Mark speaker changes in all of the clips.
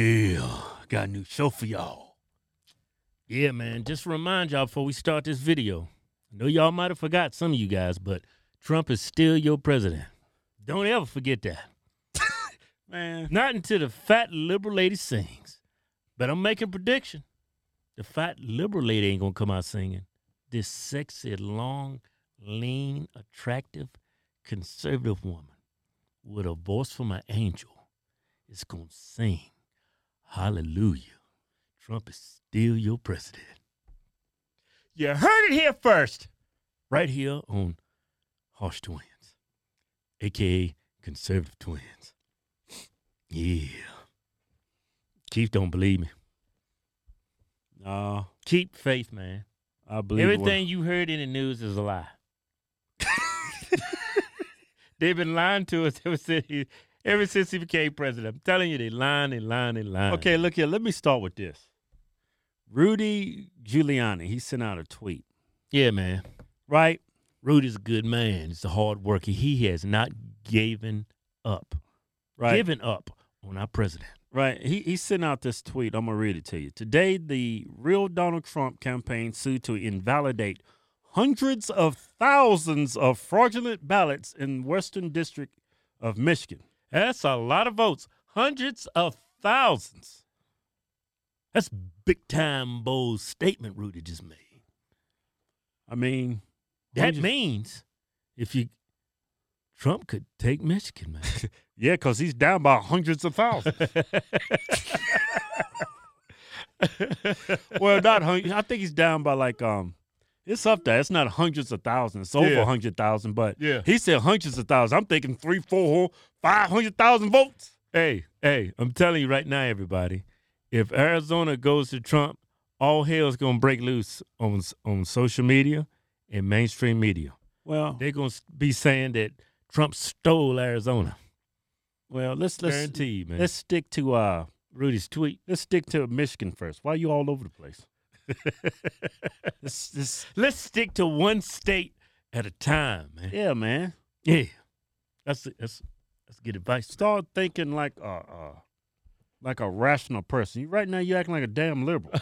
Speaker 1: Yeah, got a new show for y'all.
Speaker 2: Yeah, man. Just to remind y'all before we start this video. I know y'all might have forgot some of you guys, but Trump is still your president. Don't ever forget that.
Speaker 1: Man,
Speaker 2: Not until the fat liberal lady sings. But I'm making a prediction. The fat liberal lady ain't gonna come out singing. This sexy, long, lean, attractive, conservative woman with a voice from an angel is gonna sing. Hallelujah. Trump is still your president. You heard it here first. Right here on Harsh Twins, aka Conservative Twins. Yeah. Chief don't believe me.
Speaker 1: no,
Speaker 2: Keep faith, man.
Speaker 1: I believe what-
Speaker 2: Everything you heard in the news is a lie. They've been lying to us ever since he, ever since he became president. I'm telling you, they lying, they lying, they lying.
Speaker 1: Okay, look here. Let me start with this. Rudy Giuliani, he sent out a tweet,
Speaker 2: Yeah, man.
Speaker 1: right?
Speaker 2: Rudy's a good man. He's a hard worker. He has not given up.
Speaker 1: Right.
Speaker 2: Given up on our president.
Speaker 1: Right. He he sent out this tweet. I'm gonna read it to you. Today, the real Donald Trump campaign sued to invalidate hundreds of thousands of fraudulent ballots in Western District of Michigan.
Speaker 2: That's a lot of votes. Hundreds of thousands. That's big time bold statement Rudy just made.
Speaker 1: I mean,
Speaker 2: That
Speaker 1: hundreds-
Speaker 2: means if you Trump could take Michigan, man.
Speaker 1: yeah, because he's down by hundreds of thousands. well, not hundreds. I think he's down by like um, it's up there. It's not hundreds of thousands. It's over
Speaker 2: Yeah.
Speaker 1: a hundred thousand, but
Speaker 2: yeah.
Speaker 1: he said hundreds of thousands. I'm thinking three, four, five hundred thousand votes.
Speaker 2: Hey, hey, I'm telling you right now, everybody. If Arizona goes to Trump, all hell's gonna break loose on on social media and mainstream media.
Speaker 1: Well,
Speaker 2: They're gonna be saying that Trump stole Arizona.
Speaker 1: well, let's let's
Speaker 2: Guaranteed, man.
Speaker 1: let's stick to uh,
Speaker 2: Rudy's tweet.
Speaker 1: let's stick to Michigan first. Why you all over the place? this, this,
Speaker 2: Let's stick to one state at a time, man.
Speaker 1: yeah, man.
Speaker 2: Yeah, that's that's that's good advice.
Speaker 1: Start thinking like a uh, like a rational person. You right now you acting like a damn liberal.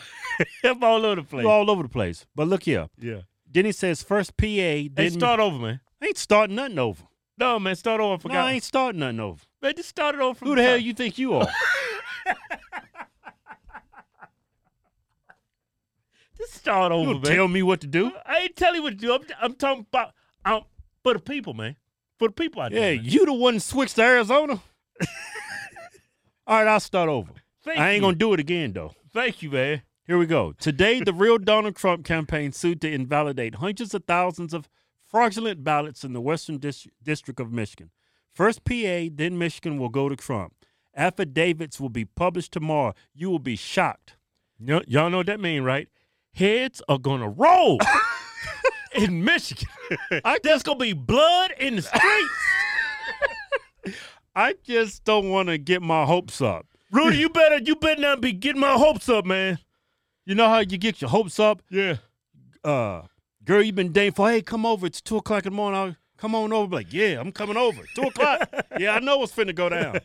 Speaker 2: I'm all over the place.
Speaker 1: you all over the place. But look here.
Speaker 2: yeah.
Speaker 1: Then he says first PA. Then
Speaker 2: Hey, start over, man.
Speaker 1: I ain't starting nothing over.
Speaker 2: No, man, start over. I
Speaker 1: No,
Speaker 2: forgot.
Speaker 1: I ain't starting nothing over.
Speaker 2: man, just start it over from
Speaker 1: Who the hell
Speaker 2: top.
Speaker 1: you think you are?
Speaker 2: Just start
Speaker 1: you
Speaker 2: over,
Speaker 1: don't
Speaker 2: man.
Speaker 1: tell me what to do.
Speaker 2: I ain't tell you what to do. I'm, I'm talking about I'm, for the people, man. For the people out
Speaker 1: Yeah,
Speaker 2: there. man.
Speaker 1: you the one switched to Arizona. All right, I'll start over.
Speaker 2: Thank
Speaker 1: I ain't
Speaker 2: you.
Speaker 1: gonna do it again though.
Speaker 2: Thank you, man.
Speaker 1: Here we go. Today, the real Donald Trump campaign sued to invalidate hundreds of thousands of fraudulent ballots in the Western Dis- District of Michigan. First PA, then Michigan will go to Trump. Affidavits will be published tomorrow. You will be shocked.
Speaker 2: No, y'all know what that mean, right? Heads are gonna roll in Michigan. There's gonna be blood in the streets.
Speaker 1: I just don't want to get my hopes up.
Speaker 2: Rudy, you better you better not be getting my hopes up, man.
Speaker 1: You know how you get your hopes up?
Speaker 2: Yeah.
Speaker 1: Uh, girl, you've been dating for, hey, come over. It's 2 o'clock in the morning. I'll come on over. Be like, yeah, I'm coming over. 2 o'clock. yeah, I know what's finna go down.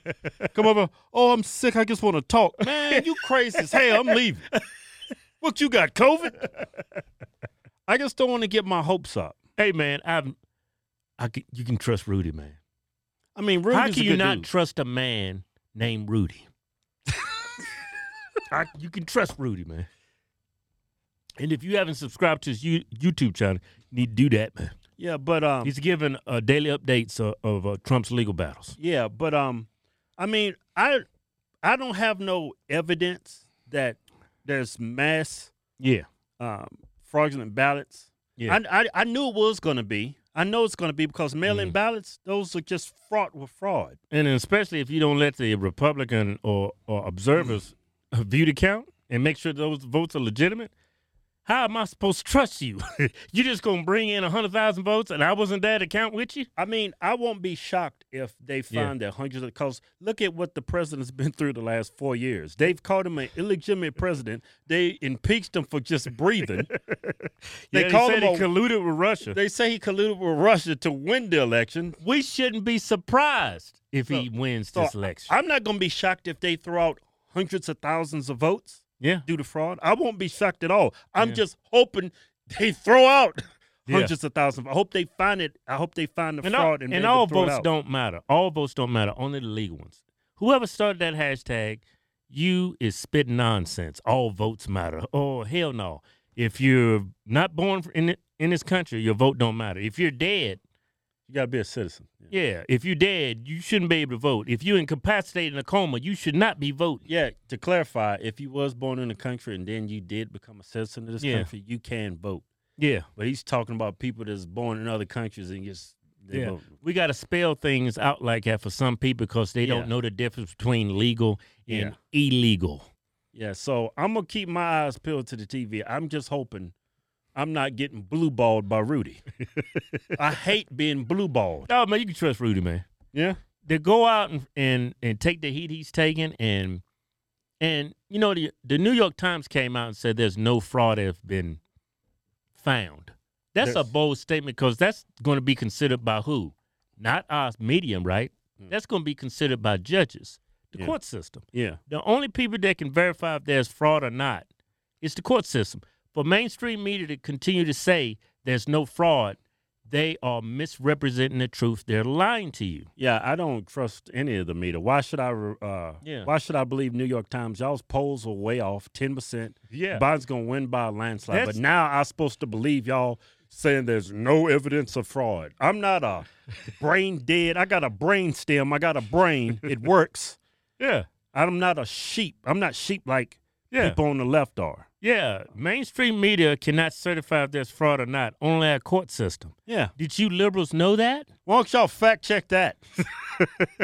Speaker 1: Come over. Oh, I'm sick. I just want to talk. Man, you crazy as hell. I'm leaving. What, you got COVID? I just don't want to get my hopes up.
Speaker 2: Hey, man, I'm. I can, you can trust Rudy, man.
Speaker 1: I mean, Rudy's
Speaker 2: How can
Speaker 1: a
Speaker 2: you
Speaker 1: good
Speaker 2: not
Speaker 1: dude.
Speaker 2: trust a man named Rudy? I, you can trust Rudy, man. And if you haven't subscribed to his you, YouTube channel, you need to do that, man.
Speaker 1: Yeah, but um,
Speaker 2: He's giving uh, daily updates of, of uh, Trump's legal battles.
Speaker 1: yeah, but um, I mean, I, I don't have no evidence that there's mass
Speaker 2: Yeah.
Speaker 1: um, fraudulent ballots.
Speaker 2: Yeah.
Speaker 1: I, I, I knew it was going to be. I know it's going to be because mail-in
Speaker 2: Mhm.
Speaker 1: ballots, those are just fraught with fraud.
Speaker 2: And especially if you don't let the Republican or, or observers view the count and make sure those votes are legitimate, how am I supposed to trust you? you just going to bring in 100,000 votes and I wasn't there to count with you?
Speaker 1: I mean, I won't be shocked if they
Speaker 2: Yeah.
Speaker 1: find that hundreds of because look at what the president's been through the last four years. They've called him an illegitimate president. They impeached him for just breathing. They
Speaker 2: yeah,
Speaker 1: call
Speaker 2: he said
Speaker 1: him
Speaker 2: he
Speaker 1: a-
Speaker 2: colluded with Russia.
Speaker 1: they say he colluded with Russia to win the election.
Speaker 2: we shouldn't be surprised if he wins
Speaker 1: so
Speaker 2: this election.
Speaker 1: I'm not going to be shocked if they throw out hundreds of thousands of votes
Speaker 2: Yeah.
Speaker 1: due to fraud. I won't be shocked at all. I'm
Speaker 2: Yeah.
Speaker 1: just hoping they throw out
Speaker 2: Yeah.
Speaker 1: hundreds of thousands. I hope they find it. I hope they find the
Speaker 2: And all,
Speaker 1: fraud and,
Speaker 2: and
Speaker 1: maybe
Speaker 2: all
Speaker 1: throw it
Speaker 2: votes
Speaker 1: out.
Speaker 2: don't matter. All votes don't matter. Only the legal ones. Whoever started that hashtag, you is spitting nonsense. All votes matter. Oh hell no! If you're not born in thi- in this country, your vote don't matter. If you're dead,
Speaker 1: You gotta be a citizen. Yeah.
Speaker 2: yeah. If you're dead, you shouldn't be able to vote. If you're incapacitated in a coma, you should not be voting.
Speaker 1: Yeah, To clarify, if you was born in the country and then you did become a citizen of this
Speaker 2: Yeah.
Speaker 1: country, you can vote.
Speaker 2: Yeah.
Speaker 1: But he's talking about people that's born in other countries and just they
Speaker 2: Yeah.
Speaker 1: vote.
Speaker 2: we got to spell things out like that for some people because they
Speaker 1: Yeah.
Speaker 2: don't know the difference between legal and
Speaker 1: Yeah.
Speaker 2: illegal.
Speaker 1: Yeah, so I'm gonna keep my eyes peeled to the TV. I'm just hoping I'm not getting blue balled by Rudy. I hate being blue balled.
Speaker 2: Oh man, you can trust Rudy, man.
Speaker 1: Yeah.
Speaker 2: To go out and, and and take the heat he's taking, and and you know the the New York Times came out and said there's no fraud that's been found. That's a
Speaker 1: There's-
Speaker 2: bold statement because that's going to be considered by who? Not us, medium, right?
Speaker 1: Mm.
Speaker 2: That's going to be considered by judges, the
Speaker 1: Yeah.
Speaker 2: court system.
Speaker 1: Yeah.
Speaker 2: The only people that can verify if there's fraud or not is the court system. For mainstream media to continue to say there's no fraud, they are misrepresenting the truth. They're lying to you.
Speaker 1: Yeah, I don't trust any of the media. Why should I? Uh,
Speaker 2: Yeah.
Speaker 1: Why should I believe New York Times? Y'all's polls are way off, ten percent.
Speaker 2: Yeah.
Speaker 1: Biden's gonna win by a landslide.
Speaker 2: That's-
Speaker 1: but now I'm supposed to believe y'all saying there's no evidence of fraud. I'm not a brain dead. I got a brain stem. I got a brain. It works.
Speaker 2: Yeah.
Speaker 1: I'm not a sheep. I'm not sheep like
Speaker 2: Yeah.
Speaker 1: people on the left are.
Speaker 2: Yeah. Mainstream media cannot certify if there's fraud or not, only our court system.
Speaker 1: Yeah.
Speaker 2: Did you liberals know that?
Speaker 1: Why don't y'all fact check that?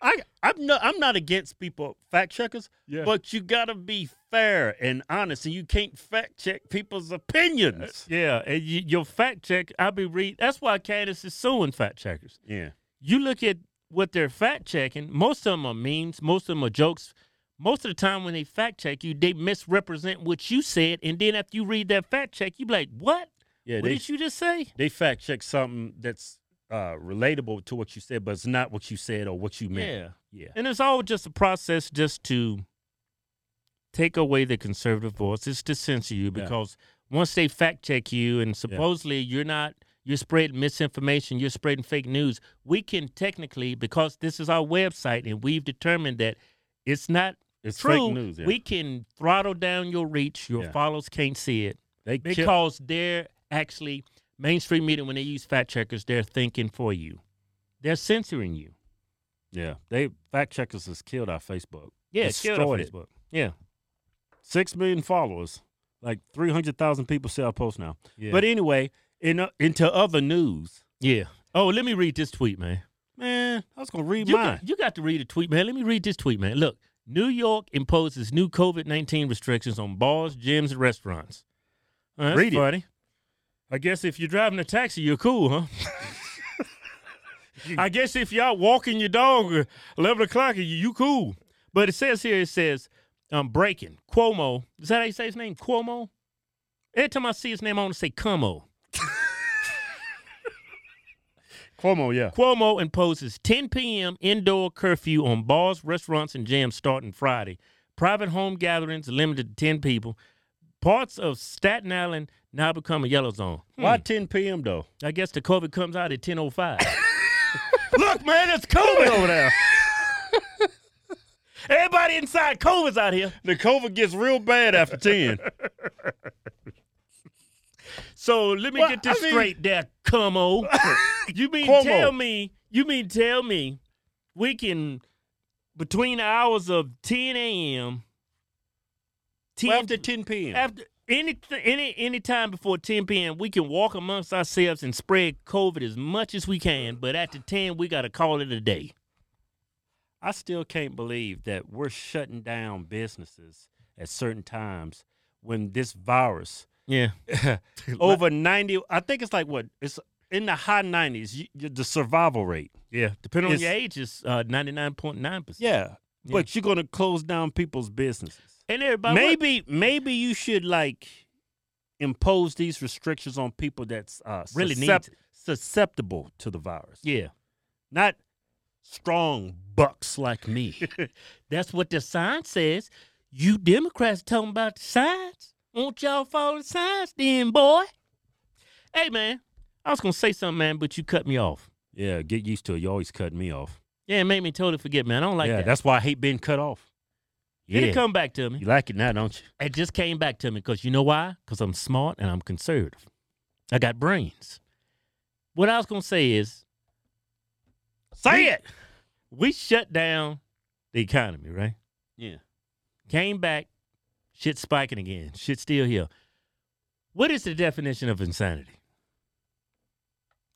Speaker 1: I I'm not I'm not against people fact checkers,
Speaker 2: Yeah.
Speaker 1: but you gotta be fair and honest, and you can't fact check people's opinions.
Speaker 2: Yeah. And you, your fact check, I'll be read. That's why Candace is suing fact checkers.
Speaker 1: Yeah,
Speaker 2: you look at what they're fact checking, most of them are memes, most of them are jokes. Most of the time when they fact check you, they misrepresent what you said. And then after you read that fact check, you be like, what?
Speaker 1: yeah.
Speaker 2: what
Speaker 1: They
Speaker 2: did you just say?
Speaker 1: they fact check something that's uh, relatable to what you said, but it's not what you said or what you meant.
Speaker 2: Yeah.
Speaker 1: Yeah,
Speaker 2: And it's all just a process just to take away the conservative voice. It's to censor you
Speaker 1: Yeah.
Speaker 2: because once they fact check you and supposedly you're not you're spreading misinformation, you're spreading fake news. We can technically, because this is our website and we've determined that it's not
Speaker 1: it's
Speaker 2: true.
Speaker 1: fake news. Yeah.
Speaker 2: We can throttle down your reach. Your
Speaker 1: Yeah.
Speaker 2: followers can't see it
Speaker 1: they kill-
Speaker 2: because they're actually mainstream media. When they use fact checkers, they're thinking for you. They're censoring you.
Speaker 1: yeah they fact checkers has killed our Facebook.
Speaker 2: Yeah, kill
Speaker 1: Destroyed
Speaker 2: it
Speaker 1: it.
Speaker 2: on Facebook. Yeah,
Speaker 1: Six million followers, like three hundred thousand people see our post now.
Speaker 2: yeah.
Speaker 1: But anyway, in uh, into other news,
Speaker 2: yeah. Oh, let me read this tweet, man.
Speaker 1: man, I was gonna read
Speaker 2: You
Speaker 1: mine.
Speaker 2: got, you got to read a tweet, man. Let me read this tweet, man. Look, New York imposes new COVID nineteen restrictions on bars, gyms, and restaurants. Uh, that's
Speaker 1: Read it.
Speaker 2: funny. I guess if you're driving a taxi, you're cool, huh? I guess if y'all walking your dog at 11 o'clock, you, you cool. But it says here, it says, um, breaking. Cuomo. Is that how you say his name? Cuomo? Every time I see his name, I want to say Cuomo.
Speaker 1: Cuomo, yeah,
Speaker 2: Cuomo imposes 10 p.m. indoor curfew on bars, restaurants, and gyms starting Friday. Private home gatherings limited to 10 people. Parts of Staten Island now become a yellow zone. Hmm.
Speaker 1: why ten p.m. though?
Speaker 2: I guess the COVID comes out at 10:05.
Speaker 1: Look, man, it's COVID over there.
Speaker 2: Everybody inside COVID's out here.
Speaker 1: The COVID gets real bad after ten.
Speaker 2: So let me
Speaker 1: Well,
Speaker 2: get this
Speaker 1: I mean-
Speaker 2: straight, there, Cuomo. you mean
Speaker 1: Cuomo.
Speaker 2: tell me? You mean tell me we can between the hours of 10 a.m. 10
Speaker 1: Well, after ten p.m.
Speaker 2: after any any any time before 10 p.m. we can walk amongst ourselves and spread COVID as much as we can, but after 10 we got to call it a day.
Speaker 1: I still can't believe that we're shutting down businesses at certain times when this virus
Speaker 2: Yeah.
Speaker 1: over 90 I think it's like what it's in the high 90s you, you- the survival rate.
Speaker 2: yeah, depending on
Speaker 1: It's-
Speaker 2: your age is uh, 99.9%.
Speaker 1: Yeah.
Speaker 2: Yeah.
Speaker 1: But you're going to close down people's businesses.
Speaker 2: And everybody
Speaker 1: maybe maybe you should like impose these restrictions on people that's uh
Speaker 2: Really needs it.
Speaker 1: susceptible to the virus.
Speaker 2: yeah.
Speaker 1: Not strong bucks like me.
Speaker 2: That's what the sign says. You Democrats talking about the signs. Won't y'all follow the signs then, boy? Hey, man, I was going to say something, man, but you cut me off.
Speaker 1: yeah, get used to it. You always cut me off.
Speaker 2: Yeah, it made me totally forget, man. I don't like
Speaker 1: yeah,
Speaker 2: that.
Speaker 1: that's why I hate being cut off.
Speaker 2: It'll come back to me.
Speaker 1: you like it now, don't you?
Speaker 2: It just came back to me because you know why? Because I'm smart and I'm conservative. I got brains. What I was going to say is
Speaker 1: Say
Speaker 2: We-
Speaker 1: it.
Speaker 2: we shut down the economy, right?
Speaker 1: Yeah.
Speaker 2: Came back, shit spiking again. Shit still here. What is the definition of insanity?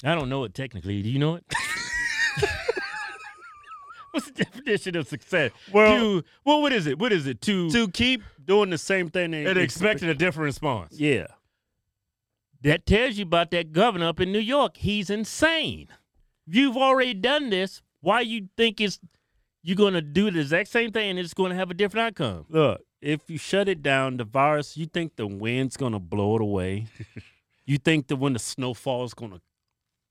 Speaker 2: I don't know it technically. Do you know it? What's the definition of success?
Speaker 1: Well,
Speaker 2: to, well, what is it? What is it? To,
Speaker 1: to keep doing the same thing
Speaker 2: and expecting a different response.
Speaker 1: Yeah.
Speaker 2: That tells you about that governor up in New York. He's insane. You've already done this. Why you think it's you're going to do the exact same thing and it's going to have a different outcome?
Speaker 1: Look, if you shut it down, the virus, you think the wind's gonna blow it away. you think that when the snow falls, gonna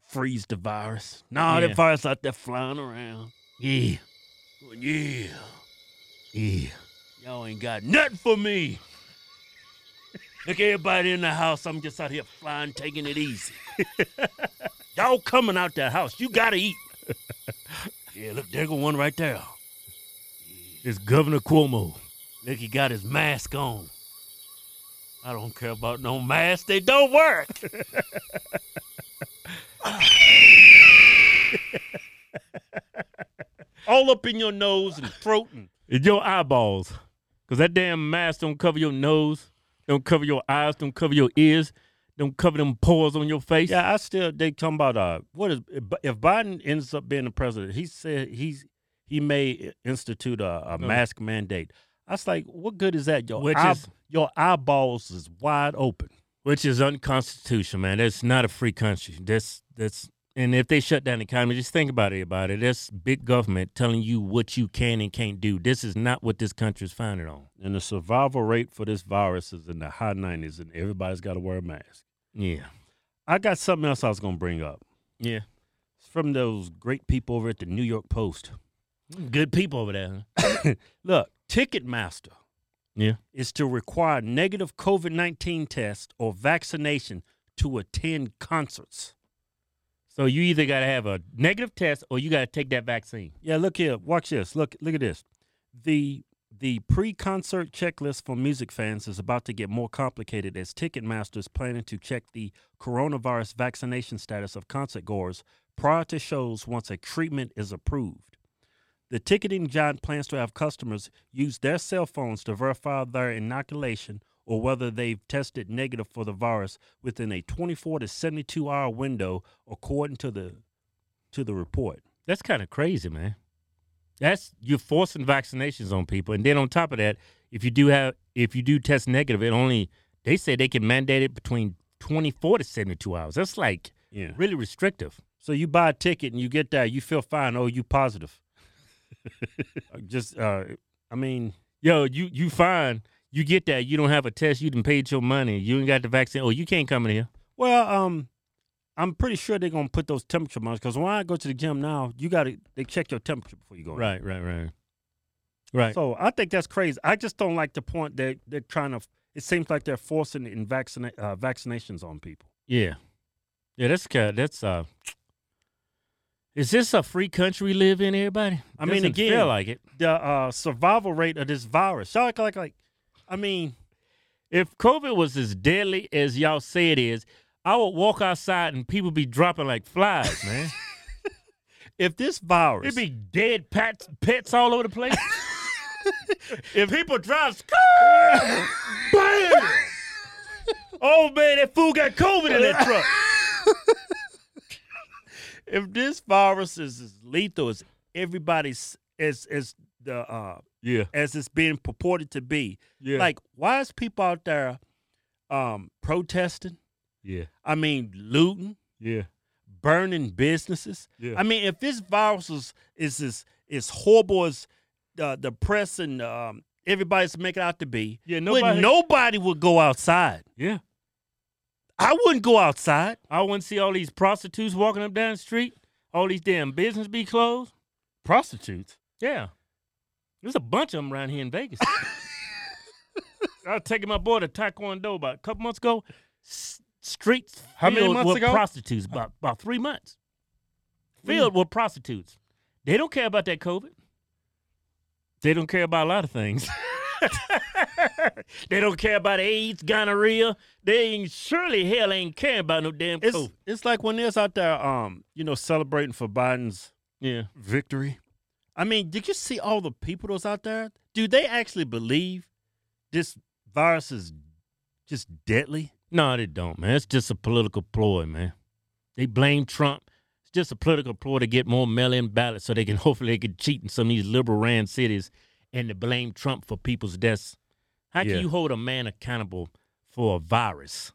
Speaker 1: freeze the virus. Nah,
Speaker 2: Yeah.
Speaker 1: that virus out there flying around.
Speaker 2: Yeah.
Speaker 1: Yeah,
Speaker 2: Yeah.
Speaker 1: y'all ain't got nothing for me. Look, everybody in the house, I'm just out here flying, taking it easy. y'all coming out that house, you gotta eat. yeah, look, there go one right there.
Speaker 2: It's Governor Cuomo.
Speaker 1: Look, he got his mask on. I don't care about no mask. They don't work. All up in your nose and throat and
Speaker 2: It's your eyeballs. Because that damn mask don't cover your nose, don't cover your eyes, don't cover your ears, don't cover them pores on your face.
Speaker 1: yeah, I still they talking about uh what is if Biden ends up being the president? He said he's he may institute a, a
Speaker 2: No.
Speaker 1: mask mandate. I was like, what good is that? Your
Speaker 2: Uh-huh. Which
Speaker 1: eye-
Speaker 2: is-
Speaker 1: your eyeballs is wide open.
Speaker 2: Which is unconstitutional, man. That's not a free country. That's that's and if they shut down the economy, just think about it about it. That's big government telling you what you can and can't do. This is not what this country is founded on.
Speaker 1: and the survival rate for this virus is in the high 90s, and everybody's got to wear a mask.
Speaker 2: Yeah.
Speaker 1: I got something else I was going to bring up.
Speaker 2: Yeah.
Speaker 1: It's from those great people over at the New York Post.
Speaker 2: Good people over there. huh?
Speaker 1: Look, Ticketmaster
Speaker 2: Yeah.
Speaker 1: is to require negative COVID 19 test or vaccination to attend concerts.
Speaker 2: So you either gotta have a negative test or you gotta take that vaccine.
Speaker 1: Yeah, look here. Watch this. Look, look at this. The the pre-concert checklist for music fans is about to get more complicated as Ticketmaster is planning to check the coronavirus vaccination status of concert goers prior to shows once a treatment is approved. The ticketing giant plans to have customers use their cell phones to verify their inoculation or whether they've tested negative for the virus within a 24 to 72 hour window according to the to the report.
Speaker 2: That's kind of crazy, man. That's you're forcing vaccinations on people, and then on top of that, if you do have if you do test negative, it only they say they can mandate it between 24 to 72 hours. That's like
Speaker 1: Yeah.
Speaker 2: really restrictive.
Speaker 1: So you buy a ticket and you get there, you feel fine. Oh, you positive. Uh, Just, uh, I mean,
Speaker 2: Yo, you you fine. You get that. You don't have a test. You didn't paid your money. You ain't got the vaccine. Oh, you can't come in here.
Speaker 1: well, um, I'm pretty sure they're gonna put those temperature monitors because when I go to the gym now, you gotta they check your temperature before you go. in.
Speaker 2: Right, right, right, right.
Speaker 1: So I think that's crazy. I just don't like the point that they're trying to. It seems like they're forcing in vaccina- uh, vaccinations on people.
Speaker 2: yeah, yeah. That's kind. That's uh. Is this a free country we live in, everybody?
Speaker 1: I mean,
Speaker 2: Doesn't
Speaker 1: again,
Speaker 2: feel like it.
Speaker 1: The uh, survival rate of this virus. Y'all act like like, I mean,
Speaker 2: If COVID was as deadly as y'all say it is, I would walk outside and people be dropping like flies, man.
Speaker 1: if this virus,
Speaker 2: It'd be dead pets, pets all over the place. if people drive, bam! oh man, that fool got COVID in that truck.
Speaker 1: if this virus is as lethal as everybody's as as the uh
Speaker 2: Yeah,
Speaker 1: as it's being purported to be,
Speaker 2: yeah,
Speaker 1: like why is people out there um protesting?
Speaker 2: yeah,
Speaker 1: I mean, looting,
Speaker 2: yeah,
Speaker 1: burning businesses.
Speaker 2: yeah.
Speaker 1: I mean, if this virus is is is, is horrible as the the press and um, everybody's making out to be,
Speaker 2: yeah,
Speaker 1: nobody, nobody would go outside.
Speaker 2: yeah,
Speaker 1: I wouldn't go outside.
Speaker 2: I wouldn't see all these prostitutes walking up down the street. All these damn business be closed.
Speaker 1: Prostitutes.
Speaker 2: Yeah. There's a bunch of them around here in Vegas. I was taking my boy to Taekwondo about a couple months ago. S- streets
Speaker 1: How many
Speaker 2: filled
Speaker 1: months
Speaker 2: with
Speaker 1: ago?
Speaker 2: prostitutes. About about three months. Filled with prostitutes. They don't care about that COVID. They don't care about a lot of things. they don't care about AIDS, gonorrhea. They ain't surely hell ain't caring about no damn
Speaker 1: It's
Speaker 2: COVID.
Speaker 1: it's like when there's out there, um, you know, celebrating for Biden's
Speaker 2: Yeah.
Speaker 1: victory. I mean, did you see all the people that's out there? Do they actually believe this virus is just deadly?
Speaker 2: No, they don't, man. It's just a political ploy, man. They blame Trump. It's just a political ploy to get more mail-in ballots so they can hopefully they can cheat in some of these liberal ran cities and to blame Trump for people's deaths. How
Speaker 1: Yeah.
Speaker 2: can you hold a man accountable for a virus?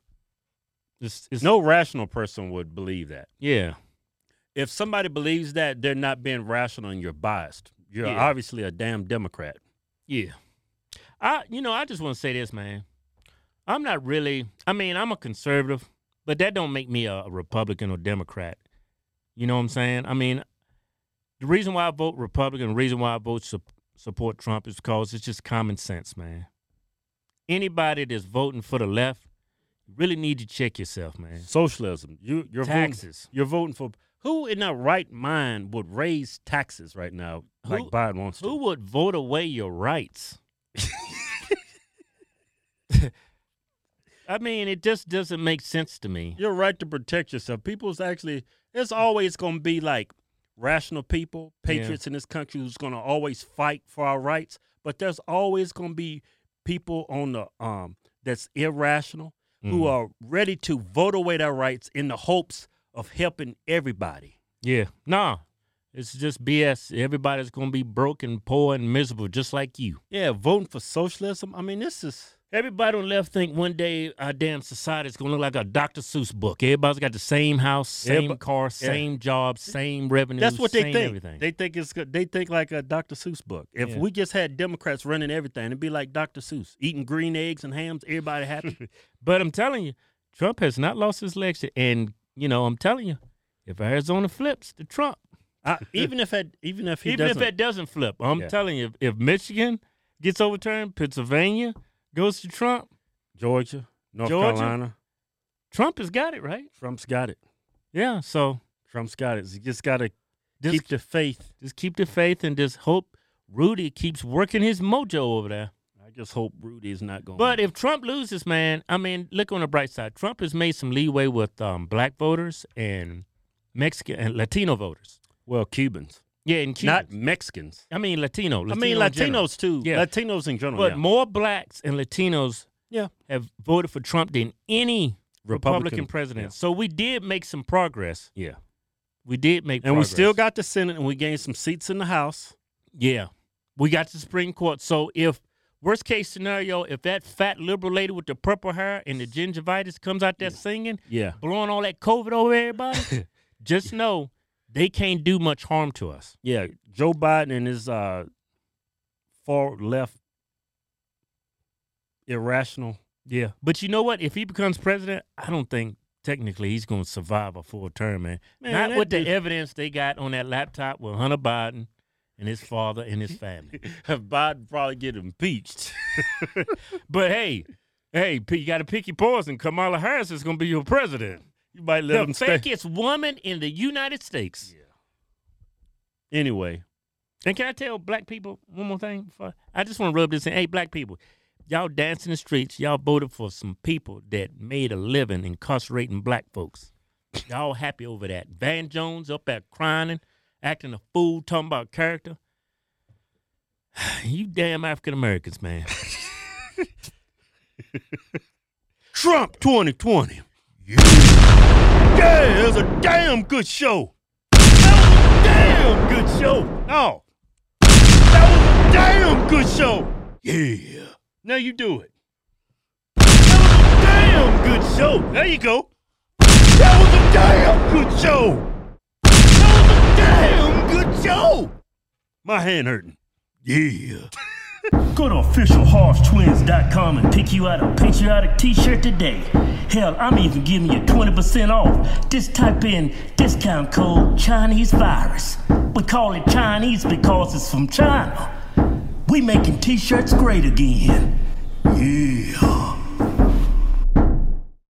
Speaker 2: It's, it's,
Speaker 1: No rational person would believe that.
Speaker 2: Yeah.
Speaker 1: If somebody believes that, they're not being rational and you're biased. You're
Speaker 2: Yeah.
Speaker 1: obviously a damn Democrat.
Speaker 2: Yeah. I you know, I just want to say this, man. I'm not really I mean, I'm a conservative, but that don't make me a, a Republican or Democrat. You know what I'm saying? I mean, the reason why I vote Republican, the reason why I vote su- support Trump is because it's just common sense, man. Anybody that's voting for the left really need to check yourself, man.
Speaker 1: Socialism. You you're voting,
Speaker 2: Taxes.
Speaker 1: you're voting for who in their right mind would raise taxes right now like
Speaker 2: Who-
Speaker 1: Biden wants to?
Speaker 2: Who would vote away your rights? I mean, it just doesn't make sense to me.
Speaker 1: your right to protect yourself. People's actually, it's always going to be like rational people,
Speaker 2: Yeah.
Speaker 1: patriots in this country who's going to always fight for our rights. But there's always going to be people on the um that's irrational who
Speaker 2: Mhm.
Speaker 1: are ready to vote away their rights in the hopes of helping everybody.
Speaker 2: Yeah. Nah. It's just BS. Everybody's gonna be broke and poor and miserable just like you.
Speaker 1: Yeah, voting for socialism. I mean, this is
Speaker 2: Everybody on the left think one day our damn society is gonna look like a Dr. Seuss book. Everybody's got the same house, same
Speaker 1: Everybo-
Speaker 2: car, same job, same revenue.
Speaker 1: that's what they
Speaker 2: same
Speaker 1: think.
Speaker 2: Everything.
Speaker 1: They think it's good. They think like a Dr. Seuss book. If
Speaker 2: Yeah.
Speaker 1: we just had Democrats running everything, it'd be like Dr. Seuss eating green eggs and hams. Everybody happy.
Speaker 2: But I'm telling you, Trump has not lost his election. And you know, I'm telling you, if Arizona flips to Trump,
Speaker 1: I, even if it, even if he
Speaker 2: even if
Speaker 1: doesn't,
Speaker 2: it doesn't flip, I'm
Speaker 1: Yeah.
Speaker 2: telling you, if, if Michigan gets overturned, Pennsylvania goes to Trump,
Speaker 1: Georgia, North
Speaker 2: Georgia?
Speaker 1: Carolina,
Speaker 2: Trump has got it right.
Speaker 1: Trump's got it.
Speaker 2: Yeah. So
Speaker 1: Trump's got it. You just got to
Speaker 2: Just-
Speaker 1: keep the faith.
Speaker 2: just keep the faith and just hope Rudy keeps working his mojo over there.
Speaker 1: I just hope Rudy is not going.
Speaker 2: But if Trump loses, man, I mean, look on the bright side. Trump has made some leeway with um, black voters and Mexican and Latino voters.
Speaker 1: well, Cubans,
Speaker 2: Yeah, and
Speaker 1: not
Speaker 2: Cubans.
Speaker 1: Mexicans.
Speaker 2: I mean, Latino. Latino
Speaker 1: I mean,
Speaker 2: in general.
Speaker 1: Latinos too.
Speaker 2: Yeah.
Speaker 1: Latinos in general.
Speaker 2: But
Speaker 1: yeah.
Speaker 2: more blacks and Latinos
Speaker 1: Yeah.
Speaker 2: have voted for Trump than any Republican, president.
Speaker 1: yeah.
Speaker 2: So we did make some progress.
Speaker 1: Yeah,
Speaker 2: We did make
Speaker 1: and we
Speaker 2: progress.
Speaker 1: still got the Senate, and we gained some seats in the House.
Speaker 2: Yeah. We got the Supreme Court. So if worst case scenario, if that fat liberal lady with the purple hair and the gingivitis comes out there singing,
Speaker 1: Yeah,
Speaker 2: blowing all that COVID over everybody, just know they can't do much harm to us.
Speaker 1: yeah. Joe Biden and his uh, far left, irrational.
Speaker 2: Yeah. But you know what? If he becomes president, I don't think technically he's gonna survive a full term, man.
Speaker 1: Man,
Speaker 2: Not
Speaker 1: that
Speaker 2: with the
Speaker 1: dude-
Speaker 2: evidence they got on that laptop with Hunter Biden and his father and his family.
Speaker 1: Biden probably get impeached.
Speaker 2: but hey, hey, P- you gotta pick your poison. Kamala Harris is gonna be your president.
Speaker 1: You might let him
Speaker 2: the
Speaker 1: stay.
Speaker 2: fakest woman in the United States.
Speaker 1: Anyway,
Speaker 2: And can I tell black people one more thing? before- I just want to rub this in. Hey, black people, y'all dancing the streets. Y'all voted for some people that made a living incarcerating black folks. Y'all happy over that. Van Jones up there crying, acting a fool, talking about character. You damn African Americans, man.
Speaker 1: Trump 2020. Yeah, it was a damn good show. That was a damn good show. No. That was a damn good show. Yeah. Now you do it. That was a damn good show. There you go. That was a damn good show. That was a damn good show. My hand hurting. Yeah.
Speaker 3: Go to officialharvestwins.com and pick you out a patriotic t-shirt today. Hell, I'm even giving you 20% off. Just type in discount code Chinese virus. We call it Chinese because it's from China. We making t-shirts great again.